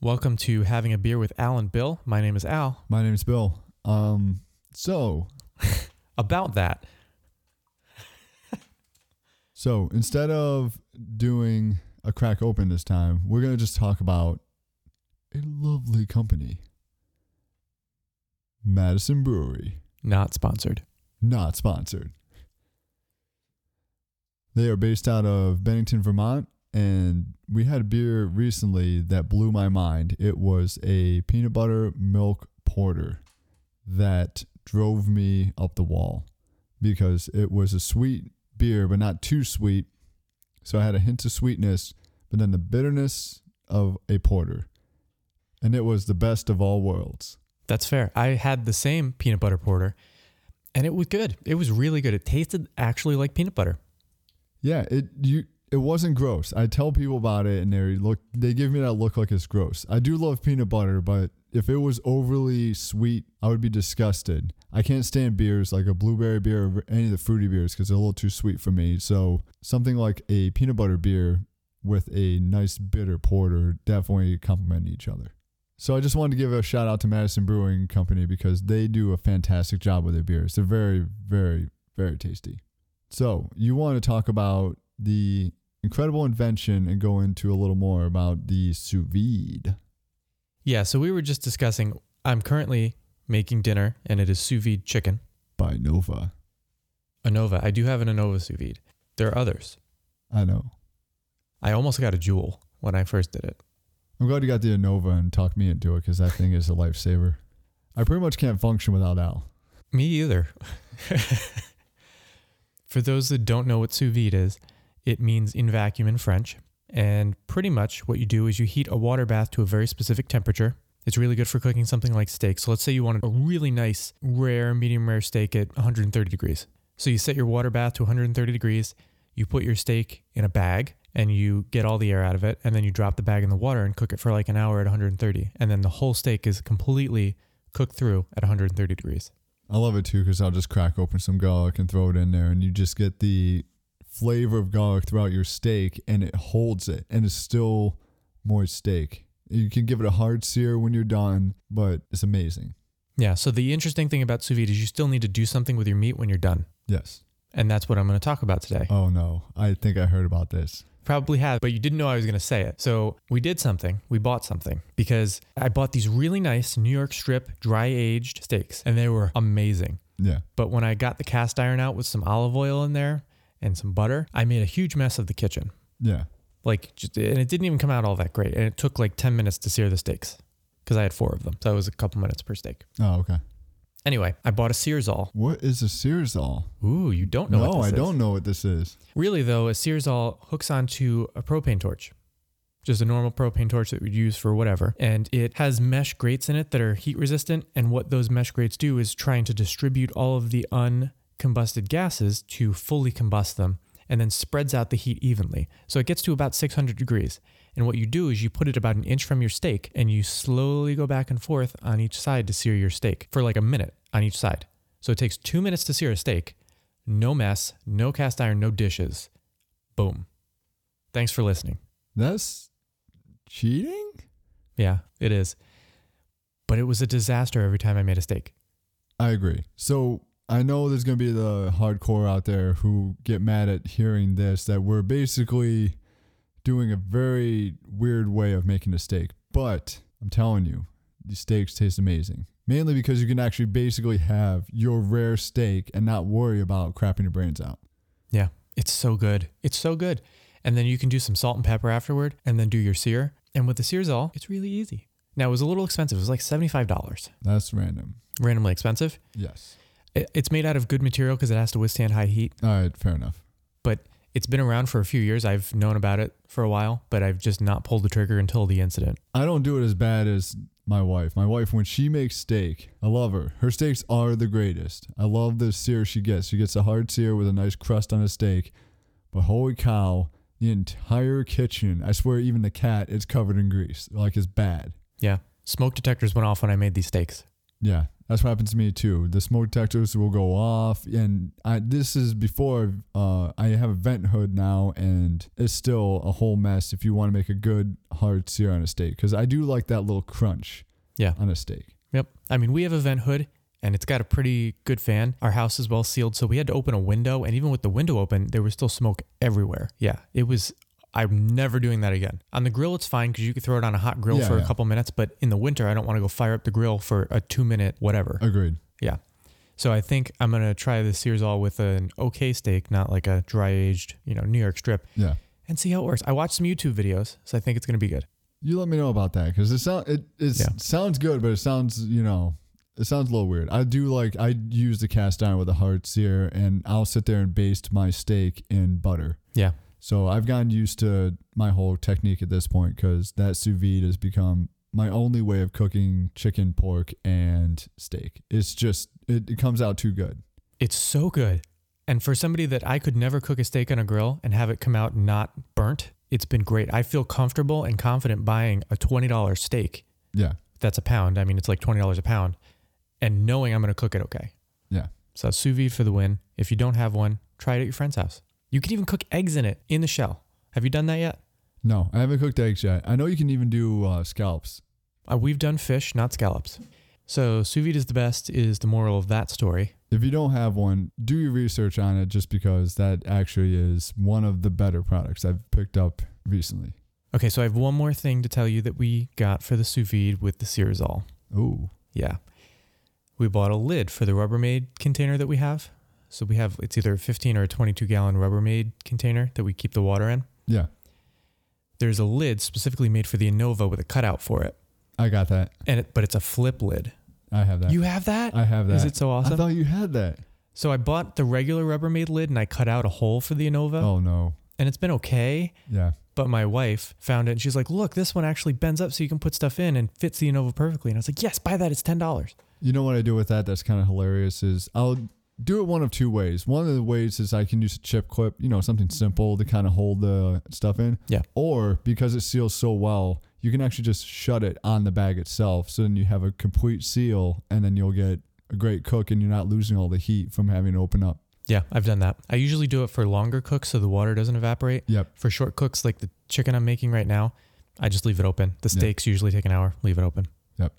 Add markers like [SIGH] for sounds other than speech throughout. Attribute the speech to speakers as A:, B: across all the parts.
A: Welcome to Having a Beer with Al and Bill. My name is Al.
B: My name's Bill. Um, so,
A: About that,
B: so instead of doing a crack open this time, we're gonna just talk about a lovely company, Madison Brewery,
A: not sponsored.
B: not sponsored. They are based out of Bennington, Vermont, and we had a beer recently that blew my mind. It was a peanut butter milk porter that drove me up the wall because it was a sweet beer, but not too sweet. So I had a hint of sweetness, but then the bitterness of a porter. And it was the best of all worlds.
A: That's fair. I had the same peanut butter porter and it was good. It was really good. It tasted actually like peanut butter.
B: Yeah, it you it wasn't gross. I tell people about it and they look they give me that look like it's gross. I do love peanut butter, but if it was overly sweet, I would be disgusted. I can't stand beers like a blueberry beer or any of the fruity beers because they're a little too sweet for me. So something like a peanut butter beer with a nice bitter porter definitely complement each other. So I just wanted to give a shout out to Madison Brewing Company because they do a fantastic job with their beers. They're very, very, very tasty. So you want to talk about the incredible invention and go into a little more about the sous vide.
A: Yeah, so we were just discussing I'm currently making dinner and it is sous vide chicken,
B: by Nova.
A: Anova. I do have an Anova sous vide. There are others.
B: I know.
A: I almost got a jewel when I first did it.
B: I'm glad you got the Innova and talked me into it because that thing is a lifesaver. I pretty much can't function without Al.
A: Me either. [LAUGHS] For those that don't know what sous vide is, it means in vacuum in French. And pretty much what you do is you heat a water bath to a very specific temperature. It's really good for cooking something like steak. So let's say you wanted a really nice, rare, medium rare steak at 130 degrees. So you set your water bath to 130 degrees, you put your steak in a bag and you get all the air out of it, and then you drop the bag in the water and cook it for like an hour at 130. And then the whole steak is completely cooked through at 130 degrees.
B: I love it too because I'll just crack open some garlic and throw it in there, and you just get the flavor of garlic throughout your steak, and it holds it, and it's still moist steak. You can give it a hard sear when you're done, but it's amazing.
A: Yeah. So the interesting thing about sous vide is you still need to do something with your meat when you're done.
B: Yes.
A: And that's what I'm going to talk about today.
B: Oh no, I think I heard about this.
A: Probably have, but you didn't know I was going to say it. So we did something. We bought something because I bought these really nice New York strip dry aged steaks and they were amazing.
B: Yeah.
A: But when I got the cast iron out with some olive oil in there and some butter, I made a huge mess of the kitchen.
B: Yeah.
A: Like, just, and it didn't even come out all that great. And it took like 10 minutes to sear the steaks because I had four of them. So it was a couple minutes per steak.
B: Oh, okay.
A: Anyway, I bought a Searsol.
B: What is a Searsol?
A: Ooh, you don't know
B: No,
A: what this
B: I
A: is.
B: don't know what this is.
A: Really, though, a Searsol hooks onto a propane torch, just a normal propane torch that we'd use for whatever. And it has mesh grates in it that are heat resistant. And what those mesh grates do is trying to distribute all of the uncombusted gases to fully combust them and then spreads out the heat evenly. So it gets to about 600 degrees. And what you do is you put it about an inch from your steak and you slowly go back and forth on each side to sear your steak for like a minute on each side. So it takes two minutes to sear a steak no mess, no cast iron, no dishes. Boom. Thanks for listening.
B: That's cheating?
A: Yeah, it is. But it was a disaster every time I made a steak.
B: I agree. So I know there's going to be the hardcore out there who get mad at hearing this that we're basically doing a very weird way of making a steak. But I'm telling you, these steaks taste amazing. Mainly because you can actually basically have your rare steak and not worry about crapping your brains out.
A: Yeah, it's so good. It's so good. And then you can do some salt and pepper afterward and then do your sear. And with the sears all, it's really easy. Now, it was a little expensive. It was like $75,
B: That's random.
A: randomly expensive.
B: Yes.
A: It- It's made out of good material because it has to withstand high heat.
B: All right, fair enough.
A: But it's been around for a few years. I've known about it for a while, but I've just not pulled the trigger until the incident.
B: I don't do it as bad as my wife. My wife, when she makes steak, I love her. Her steaks are the greatest. I love the sear she gets. She gets a hard sear with a nice crust on a steak. But holy cow, the entire kitchen, I swear, even the cat is covered in grease. Like, it's bad.
A: Yeah. Smoke detectors went off when I made these steaks.
B: Yeah, that's what happened to me too. The smoke detectors will go off, and I, this is before uh, I have a vent hood now, and it's still a whole mess. If you want to make a good hard sear on a steak, because I do like that little crunch.
A: Yeah.
B: on a steak.
A: Yep. I mean, we have a vent hood and it's got a pretty good fan. Our house is well sealed, so we had to open a window. And even with the window open, there was still smoke everywhere. Yeah. It was, I'm never doing that again. On the grill, it's fine because you could throw it on a hot grill
B: Yeah,
A: for a
B: yeah.
A: couple minutes. But in the winter, I don't want to go fire up the grill for a two minute whatever.
B: Agreed.
A: Yeah. So I think I'm going to try the Sears All with an okay steak, not like a dry aged, you know, New York strip,
B: Yeah,
A: and see how it works. I watched some YouTube videos, so I think it's going to be good.
B: you let me know about that because it sound it it's,
A: Yeah.
B: sounds good, but it sounds you know it sounds a little weird. I do like I use the cast iron with a hard sear, and I'll sit there and baste my steak in butter.
A: Yeah.
B: So I've gotten used to my whole technique at this point because that sous vide has become my only way of cooking chicken, pork, and steak. It's just it, it comes out too good.
A: It's so good. And for somebody that I could never cook a steak on a grill and have it come out not burnt, it's been great. I feel comfortable and confident buying a $20 steak.
B: Yeah,
A: That's a pound. I mean, it's like $20 a pound and knowing I'm going to cook it okay.
B: yeah,
A: So sous vide for the win. If you don't have one, try it at your friend's house. You can even cook eggs in it in the shell. Have you done that yet?
B: no, I haven't cooked eggs yet. I know you can even do uh, scallops.
A: Uh, we've done fish, not scallops. So sous vide is the best is the moral of that story.
B: If you don't have one, do your research on it just because that actually is one of the better products I've picked up recently.
A: Okay, so I have one more thing to tell you that we got for the sous vide with the Searsol.
B: Ooh,
A: Yeah. We bought a lid for the Rubbermaid container that we have. So we have it's either a 15 or a 22 gallon Rubbermaid container that we keep the water in.
B: yeah,
A: There's a lid specifically made for the Innova with a cutout for it.
B: I got that.
A: And it, but it's a flip lid.
B: I have that.
A: You have that?
B: I have that.
A: Is it so
B: I
A: awesome?
B: thought you had that.
A: so I bought the regular Rubbermaid lid and I cut out a hole for the Innova
B: oh no.
A: and it's been okay,
B: Yeah.
A: but my wife found it and she's like, "Look, this one actually bends up so you can put stuff in and fits the Innova perfectly." And I was like, "Yes, buy that. It's $10."
B: You know what I do with that? That's kind of hilarious. Is I'll do it one of two ways. One of the ways is I can use a chip clip, you know, something simple to kind of hold the stuff in.
A: Yeah.
B: Or because it seals so well, you can actually just shut it on the bag itself. So then you have a complete seal, and then you'll get a great cook, and you're not losing all the heat from having to open up.
A: Yeah, I've done that. I usually do it for longer cooks so the water doesn't evaporate.
B: Yep.
A: For short cooks like the chicken I'm making right now, I just leave it open. The
B: Yeah.
A: steaks usually take an hour, leave it open.
B: Yep.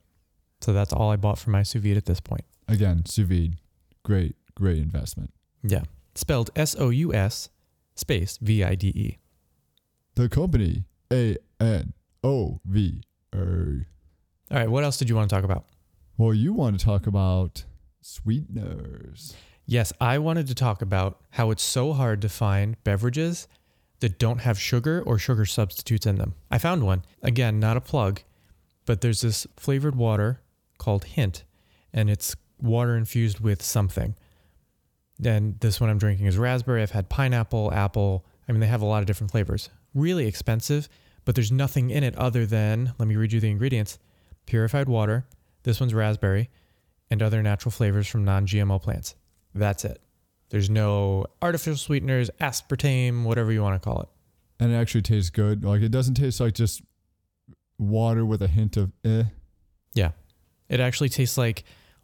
A: So that's all I bought for my sous vide at this point.
B: Again, sous vide, great, great investment.
A: Yeah. Spelled S O U S space V I D E.
B: The company A N O V E R.
A: All right, what else did you want to talk about?
B: Well, you want to talk about sweeteners.
A: Yes, I wanted to talk about how it's so hard to find beverages that don't have sugar or sugar substitutes in them. I found one. Again, not a plug, but there's this flavored water called Hint, and it's water infused with something. And this one I'm drinking is raspberry. I've had pineapple, apple. I mean, they have a lot of different flavors. Really expensive, but there's nothing in it other than, let me read you the ingredients purified water. This one's raspberry and other natural flavors from non GMO plants. That's it. There's no artificial sweeteners, aspartame, whatever you want to call it.
B: and it actually tastes good. Like it doesn't taste like just water with a hint of eh.
A: It actually tastes like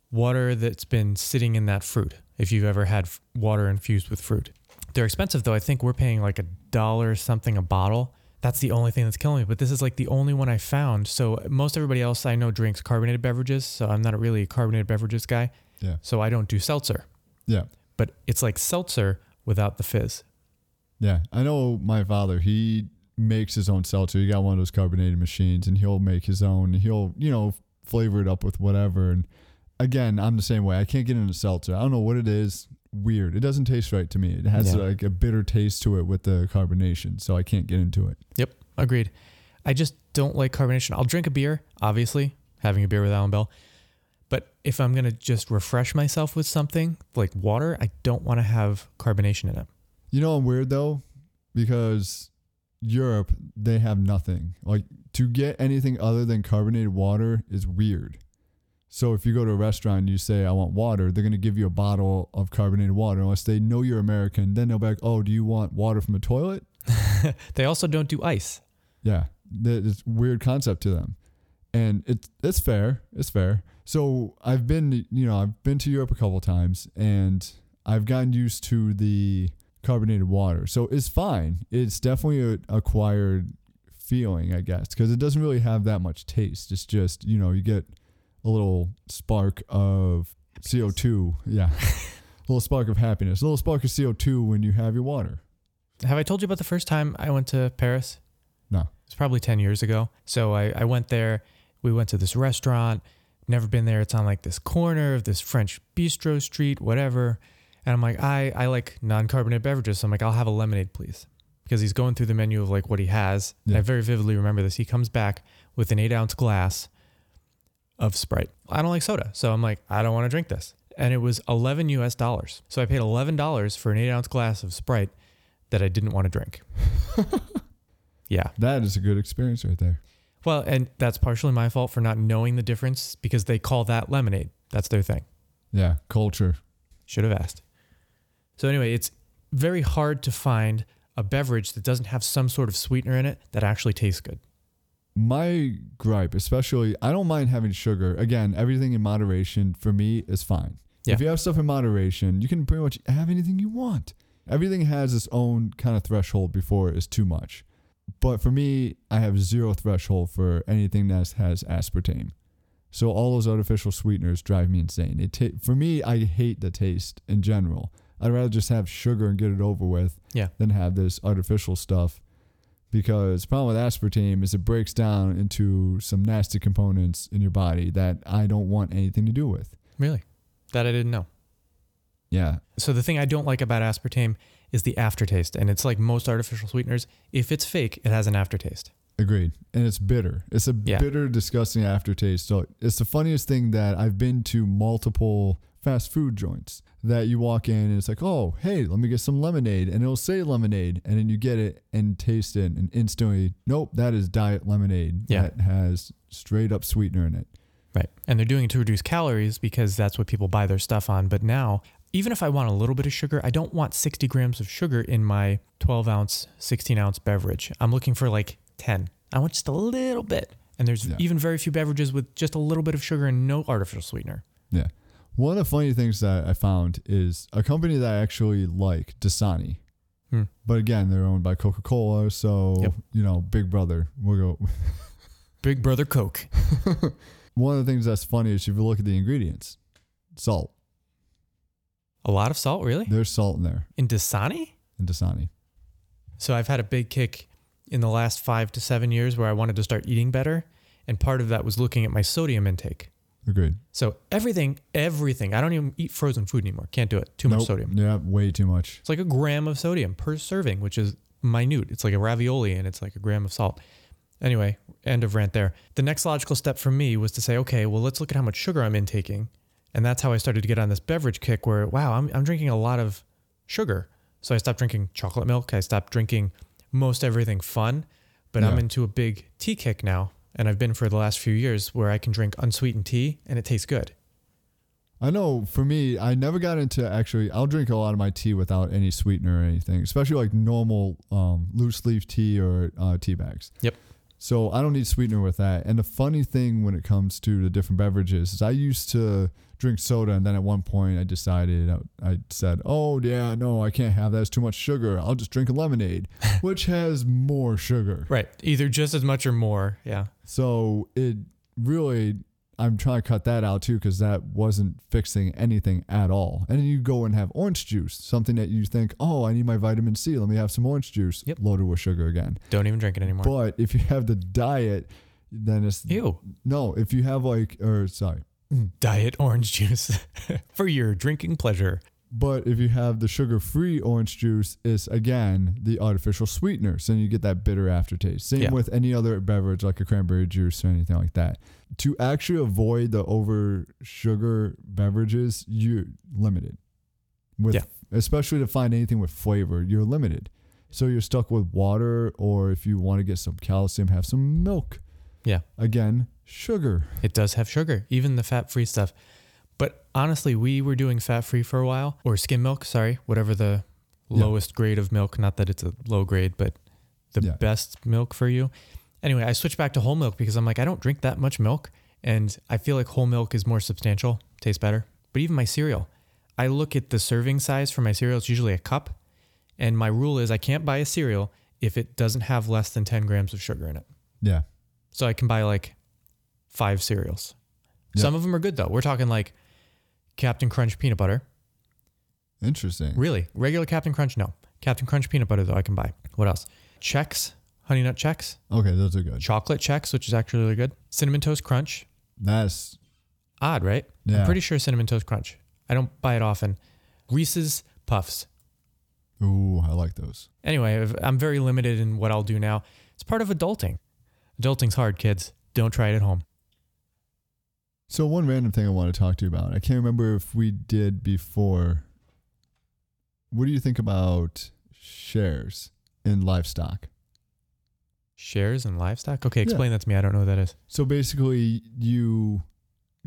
A: water that's been sitting in that fruit. If you've ever had f- water infused with fruit, they're expensive though. I think we're paying like a dollar something a bottle. That's the only thing that's killing me. But this is like the only one I found. So most everybody else I know drinks carbonated beverages. So I'm not really a carbonated beverages guy.
B: Yeah.
A: So I don't do seltzer.
B: Yeah.
A: But it's like seltzer without the fizz.
B: Yeah. I know my father, he makes his own seltzer. He got one of those carbonated machines and he'll make his own. He'll, you know, flavor it up with whatever. And again, I'm the same way. I can't get into seltzer. I don't know what it is. Weird. It doesn't taste right to me. It has
A: Yeah.
B: like a bitter taste to it with the carbonation. So I can't get into it.
A: Yep, agreed. I just don't like carbonation. I'll drink a beer, obviously, having a beer with Alan Bell. But if I'm going to just refresh myself with something like water, I don't want to have carbonation in it.
B: You know, I'm weird though, because Europe they have nothing. Like to get anything other than carbonated water is weird. So if you go to a restaurant and you say I want water, they're gonna give you a bottle of carbonated water unless they know you're American. Then they'll be like, "Oh, do you want water from a toilet?"
A: They also don't do ice.
B: Yeah, that is a weird concept to them, and it's it's fair. It's fair. So I've been, you know, I've been to Europe a couple times, and I've gotten used to the carbonated water. So it's fine. It's definitely a acquired feeling, I guess, because it doesn't really have that much taste. It's just, you know, you get a little spark of CO2. Yeah. [LAUGHS] a little spark of happiness, a little spark of CO2 when you have your water.
A: Have I told you about the first time I went to Paris?
B: No.
A: It's probably 10 years ago. So I, I went there. We went to this restaurant. Never been there. It's on like this corner of this French bistro street, whatever. And I'm like, I, I like non carbonated beverages. So I'm like, I'll have a lemonade, please. Because he's going through the menu of like what he has. And I
B: Yeah.
A: very vividly remember this. He comes back with an eight ounce glass of Sprite. I don't like soda. So I'm like, I don't want to drink this. And it was 11 US dollars. So I paid $11 for an eight ounce glass of Sprite that I didn't want to drink. yeah.
B: That is a good experience right there.
A: Well, and that's partially my fault for not knowing the difference because they call that lemonade. That's their thing.
B: Yeah, culture.
A: Should have asked. So, anyway, it's very hard to find a beverage that doesn't have some sort of sweetener in it that actually tastes good.
B: My gripe, especially, I don't mind having sugar. Again, everything in moderation for me is fine.
A: Yeah.
B: If you have stuff in moderation, you can pretty much have anything you want. Everything has its own kind of threshold before it's too much. But for me, I have zero threshold for anything that has aspartame. So all those artificial sweeteners drive me insane. It ta- for me, I hate the taste in general. I'd rather just have sugar and get it over with
A: Yeah.
B: than have this artificial stuff because the problem with aspartame is it breaks down into some nasty components in your body that I don't want anything to do with.
A: Really? That I didn't know.
B: Yeah.
A: So, the thing I don't like about aspartame is the aftertaste. And it's like most artificial sweeteners, if it's fake, it has an aftertaste.
B: Agreed. And it's bitter. It's a
A: Yeah.
B: bitter, disgusting aftertaste. So it's the funniest thing that I've been to multiple fast food joints that you walk in and it's like, oh, hey, let me get some lemonade. And it'll say lemonade. And then you get it and taste it and instantly, nope, that is diet lemonade
A: Yeah.
B: that has straight up sweetener in it.
A: Right. And they're doing it to reduce calories because that's what people buy their stuff on. But now, even if I want a little bit of sugar, I don't want 60 grams of sugar in my 12 ounce, 16 ounce beverage. I'm looking for like 10. I want just a little bit. And there's
B: Yeah.
A: even very few beverages with just a little bit of sugar and no artificial sweetener.
B: Yeah. One of the funny things that I found is a company that I actually like, Dasani.
A: Hmm.
B: But again, they're owned by Coca Cola. So,
A: Yep.
B: you know, Big Brother, we'll go [LAUGHS]
A: Big Brother Coke.
B: one of the things that's funny is if you look at the ingredients, salt.
A: A lot of salt, really?
B: There's salt in there
A: In Dasani?
B: in Dasani.
A: So I've had a big kick in the last five to seven years where I wanted to start eating better. And part of that was looking at my sodium intake.
B: Agreed.
A: So everything, everything. I don't even eat frozen food anymore. Can't do it. Too much
B: Nope.
A: sodium.
B: Yeah, way too much.
A: It's like a gram of sodium per serving, which is minute. It's like a ravioli and it's like a gram of salt. Anyway, end of rant there. The next logical step for me was to say, okay, well, let's look at how much sugar I'm intaking. And that's how I started to get on this beverage kick where, wow, I'm, I'm drinking a lot of sugar. So I stopped drinking chocolate milk. I stopped drinking most everything fun, but I'm
B: Yeah.
A: into a big tea kick now. And I've been for the last few years where I can drink unsweetened tea and it tastes good.
B: I know for me, I never got into actually, I'll drink a lot of my tea without any sweetener or anything, especially like normal um, loose leaf tea or uh, tea bags.
A: Yep.
B: So I don't need sweetener with that. And the funny thing when it comes to the different beverages is I used to drink soda. And then at one point I decided, uh, I, I said, oh, yeah, no, I can't have that. It's too much sugar. I'll just drink a lemonade, which has more sugar.
A: Right. Either just as much or more. Yeah.
B: So it really, I'm trying to cut that out too because that wasn't fixing anything at all. And then you go and have orange juice, something that you think, oh, I need my vitamin C. Let me have some orange juice,
A: Yep.
B: loaded with sugar again.
A: Don't even drink it anymore.
B: But if you have the diet, then it's
A: Ew.
B: no. If you have like, or sorry,
A: Diet orange juice [LAUGHS] for your drinking pleasure.
B: but if you have the sugar-free orange juice, it's again the artificial sweetener, so you get that bitter aftertaste. Same
A: Yeah.
B: with any other beverage like a cranberry juice or anything like that. To actually avoid the over sugar beverages, you're limited. With
A: Yeah.
B: especially to find anything with flavor, you're limited. So you're stuck with water, or if you want to get some calcium, have some milk.
A: Yeah.
B: Again, sugar.
A: It does have sugar, even the fat free stuff. But honestly, we were doing fat free for a while or skim milk, sorry, whatever the
B: Yeah.
A: lowest grade of milk. Not that it's a low grade, but the
B: Yeah.
A: best milk for you. Anyway, I switched back to whole milk because I'm like, I don't drink that much milk. And I feel like whole milk is more substantial, tastes better. But even my cereal, I look at the serving size for my cereal. It's usually a cup. And my rule is I can't buy a cereal if it doesn't have less than 10 grams of sugar in it.
B: Yeah.
A: So I can buy like five cereals.
B: Yeah.
A: Some of them are good though. We're talking like Captain Crunch peanut butter.
B: Interesting.
A: Really? Regular Captain Crunch? No. Captain Crunch peanut butter though I can buy. What else? Chex, honey nut Chex,
B: Okay, those are good.
A: chocolate Chex, which is actually really good. Cinnamon Toast Crunch.
B: That's
A: Odd, right?
B: Yeah.
A: I'm pretty sure Cinnamon Toast Crunch. I don't buy it often. Reese's Puffs.
B: ooh, I like those.
A: Anyway, I've- I'm very limited in what I'll do now. It's part of adulting. Adulting's hard, kids. Don't try it at home.
B: So one random thing I want to talk to you about. I can't remember if we did before. What do you think about shares in livestock?
A: Shares and livestock? Okay,
B: Yeah.
A: explain that to me. I don't know what that is.
B: So basically, you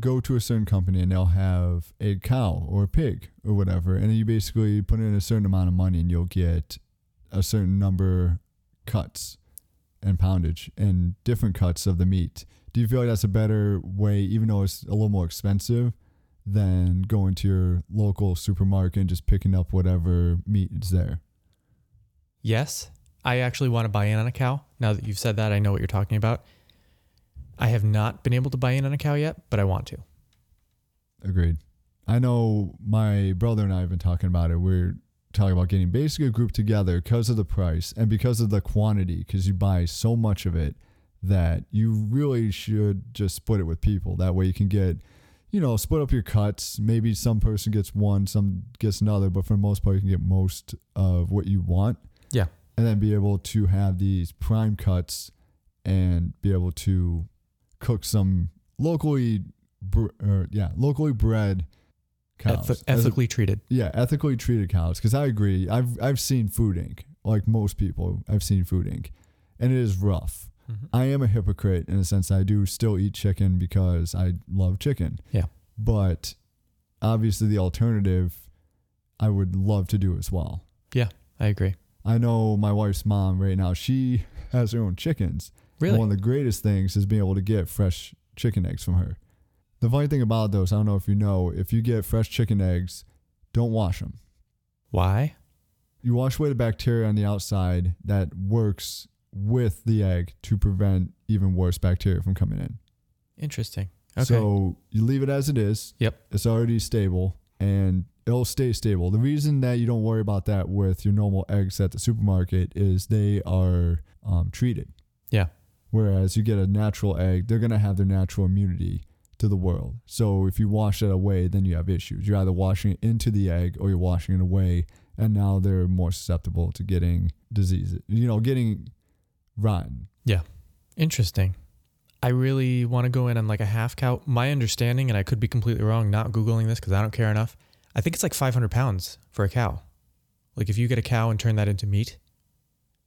B: go to a certain company and they'll have a cow or a pig or whatever, and you basically put in a certain amount of money and you'll get a certain number cuts and poundage and different cuts of the meat. Do you feel like that's a better way, even though it's a little more expensive, than going to your local supermarket and just picking up whatever meat is there?
A: Yes, I actually want to buy in on a cow. Now that you've said that, I know what you're talking about. I have not been able to buy in on a cow yet, but I want to.
B: Agreed. I know my brother and I have been talking about it. We're talking about getting basically a group together because of the price and because of the quantity, because you buy so much of it that you really should just split it with people. That way you can get, you know, split up your cuts. Maybe some person gets one, some gets another, but for the most part, you can get most of what you want
A: Yeah.
B: and then be able to have these prime cuts and be able to cook some locally, bre- or yeah, locally bred
A: Eth-
B: cows. As a-
A: ethically treated.
B: yeah, ethically treated cows. Because I agree, I've I've seen Food Inc. Like most people, I've seen Food Inc. And it is rough.
A: Mhm.
B: I am a hypocrite in a sense. I do still eat chicken because I love chicken.
A: Yeah.
B: But obviously, the alternative, I would love to do as well.
A: Yeah, I agree.
B: I know my wife's mom right now, she has her own chickens. And
A: Really?
B: One of the greatest things is being able to get fresh chicken eggs from her. The funny thing about those, I don't know if you know, if you get fresh chicken eggs, don't wash them.
A: Why?
B: You wash away the bacteria on the outside that works with the egg to prevent even worse bacteria from coming in.
A: Interesting. Okay.
B: So you leave it as it is.
A: Yep.
B: It's already stable and it'll stay stable. The reason that you don't worry about that with your normal eggs at the supermarket is they are um, treated.
A: Yeah.
B: Whereas you get a natural egg, they're going to have their natural immunity to the world. So if you wash that away, then you have issues. You're either washing it into the egg or you're washing it away. And now they're more susceptible to getting diseases, you know, getting rotten.
A: Interesting. I really want to go in on like a half cow. My understanding, and I could be completely wrong, not Googling this because I don't care enough. I think it's like 500 pounds for a cow. Like if you get a cow and turn that into meat,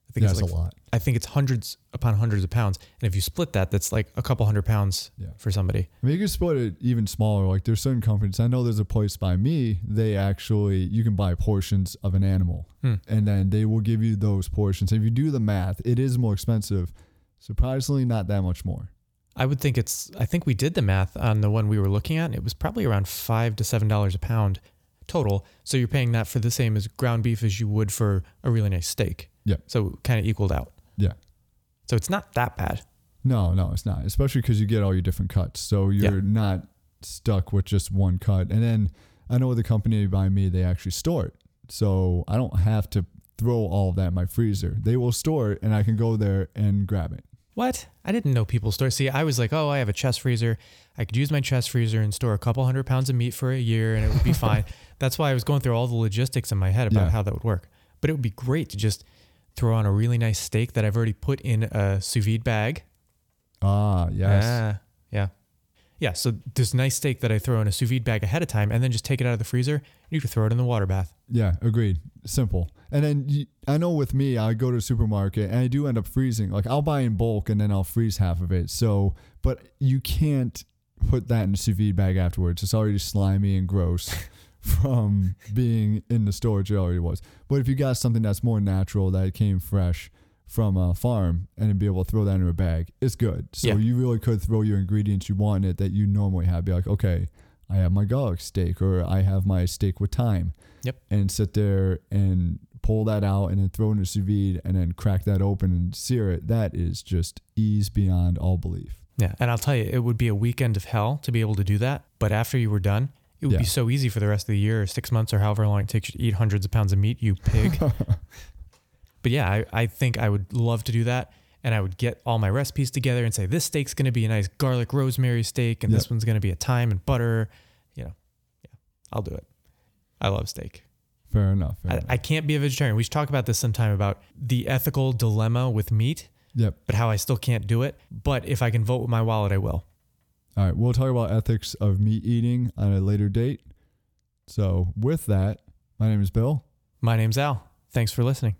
A: I think
B: That's
A: it's like,
B: a lot.
A: I think it's hundreds upon hundreds of pounds. And if you split that, that's like a couple hundred pounds
B: Yeah.
A: for somebody.
B: I mean, you can split it even smaller. Like there's certain companies. I know there's a place by me. They actually you can buy portions of an animal,
A: Hmm.
B: and then they will give you those portions. If you do the math, it is more expensive. Surprisingly, not that much more.
A: I would think it's, I think we did the math on the one we were looking at. And it was probably around five to $7 a pound total. So you're paying that for the same as ground beef as you would for a really nice steak.
B: Yeah.
A: So kind of equaled out.
B: Yeah.
A: So it's not that bad.
B: No, no, it's not. Especially because you get all your different cuts, so
A: Yeah.
B: you're not stuck with just one cut. And then I know the company by me, they actually store it, so I don't have to throw all of that in my freezer. They will store it, and I can go there and grab it.
A: What? I didn't know people store. See, I was like, oh, I have a chest freezer. I could use my chest freezer and store a couple hundred pounds of meat for a year and it would be
B: [LAUGHS]
A: fine. That's why I was going through all the logistics in my head about
B: Yeah.
A: how that would work. But it would be great to just throw on a really nice steak that I've already put in a sous vide bag.
B: Ah, yes.
A: Ah, yeah. Yeah. So this nice steak that I throw in a sous vide bag ahead of time and then just take it out of the freezer. You could throw it in the water bath.
B: Yeah, agreed. Simple. And then you, I know with me, I go to a supermarket and I do end up freezing. Like I'll buy in bulk and then I'll freeze half of it. So, but you can't put that in a sous vide bag afterwards. It's already slimy and gross from being in the storage it already was. But if you got something that's more natural, that came fresh from a farm and be able to throw that into a bag, it's good. So
A: Yeah.
B: you really could throw your ingredients you want in it that you normally have. Be like, okay, I have my garlic steak or I have my steak with thyme.
A: Yep.
B: And sit there and pull that out and then throw it in a sous vide and then crack that open and sear it. That is just ease beyond
A: [LAUGHS]
B: all belief. [LAUGHS]
A: Yeah. And I'll tell you, it would be a weekend of hell to be able to do that. But after you were done, it would
B: Yeah.
A: be so easy for the rest of the year, or six months, or however long it takes you to eat hundreds of pounds of meat,
B: [LAUGHS]
A: you pig. but yeah, I, I think I would love to do that. And I would get all my recipes together and say, this steak's going to be a nice garlic rosemary steak, and this
B: Yep.
A: one's going to be a thyme and butter. You know, yeah, I'll do it. I love steak.
B: Fair enough. Fair
A: I,
B: enough.
A: I can't be a vegetarian. We should talk about this sometime about the ethical dilemma with meat,
B: yep.
A: but how I still can't do it. But if I can vote with my wallet, I will.
B: All right, we'll talk about ethics of meat eating on a later date. So, with that, my name is Bill.
A: My name's Al. Thanks for listening.